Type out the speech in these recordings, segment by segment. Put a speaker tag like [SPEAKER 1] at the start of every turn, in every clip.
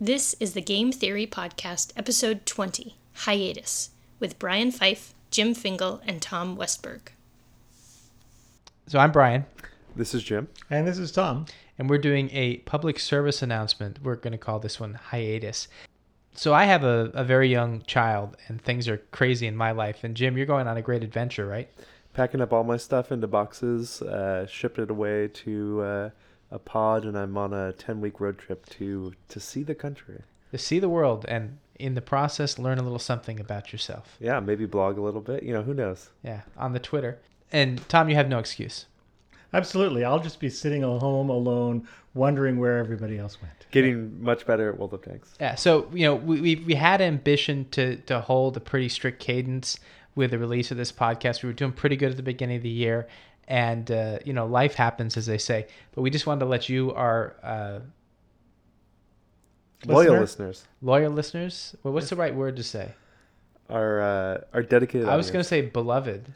[SPEAKER 1] This is the Game Theory Podcast, Episode 20 Hiatus, with Brian Fife, Jim Fingal, and Tom Westberg.
[SPEAKER 2] So I'm Brian,
[SPEAKER 3] This is Jim.
[SPEAKER 4] And this is Tom.
[SPEAKER 2] and we're doing a public service announcement. We're going to call this one Hiatus. So I have a, a very young child, and things are crazy in my life. And Jim, you're going on a great adventure, right?
[SPEAKER 3] Packing up all my stuff into boxes, uh, shipped it away to uh, a pod, and I'm on a 10 week road trip to, to see the country.
[SPEAKER 2] To see the world and in the process learn a little something about yourself.
[SPEAKER 3] Yeah, maybe blog a little bit. You know, who knows?
[SPEAKER 2] Yeah, on the Twitter. And Tom, you have no excuse.
[SPEAKER 4] Absolutely. I'll just be sitting at home alone, wondering where everybody else went.
[SPEAKER 3] Getting much better at World of Tanks.
[SPEAKER 2] Yeah. So you know, we we, we had ambition to to hold a pretty strict cadence with the release of this podcast. We were doing pretty good at the beginning of the year, and uh, you know, life happens, as they say. But we just wanted to let you, our uh,
[SPEAKER 3] Loyal
[SPEAKER 4] Listener?
[SPEAKER 3] listeners
[SPEAKER 2] lawyer listeners, well, what's the right word to say?
[SPEAKER 3] are, uh, are dedicated.
[SPEAKER 2] I was going
[SPEAKER 3] audience.
[SPEAKER 2] to say beloved.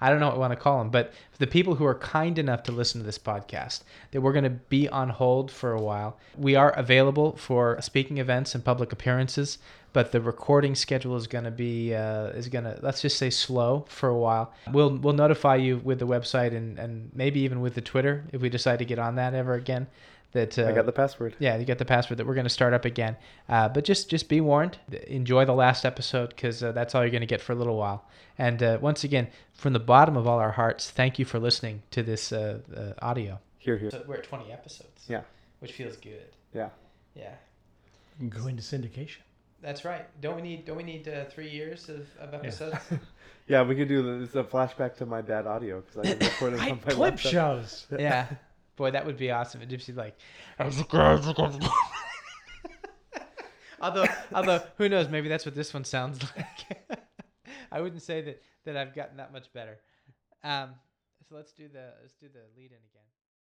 [SPEAKER 2] I don't know what I want to call them, but the people who are kind enough to listen to this podcast, that we're going to be on hold for a while. We are available for speaking events and public appearances, but the recording schedule is going to be uh, is going to let's just say slow for a while. We'll we'll notify you with the website and and maybe even with the Twitter if we decide to get on that ever again. That uh,
[SPEAKER 3] I got the password.
[SPEAKER 2] yeah, you get the password that we're going to start up again. Uh, but just just be warned. Enjoy the last episode because uh, that's all you're going to get for a little while. And uh, once again, from the bottom of all our hearts, thank you for listening to this uh, uh, audio.
[SPEAKER 3] Here, here.
[SPEAKER 2] So we're at 20 episodes.
[SPEAKER 3] Yeah.
[SPEAKER 2] which feels good.
[SPEAKER 3] Yeah.
[SPEAKER 2] Yeah,
[SPEAKER 4] Go into syndication.
[SPEAKER 2] that's right. Don't we need don't we need uh, three years of, of episodes?
[SPEAKER 3] Yeah, we could do this, a flashback to my bad audio because I was recording on my
[SPEAKER 4] Clip
[SPEAKER 3] laptop.
[SPEAKER 4] shows.
[SPEAKER 2] Yeah. boy, that would be awesome. And Gypsy like. although although who knows maybe that's what this one sounds like i wouldn't say that that i've gotten that much better um, so let's do the let's do the lead in again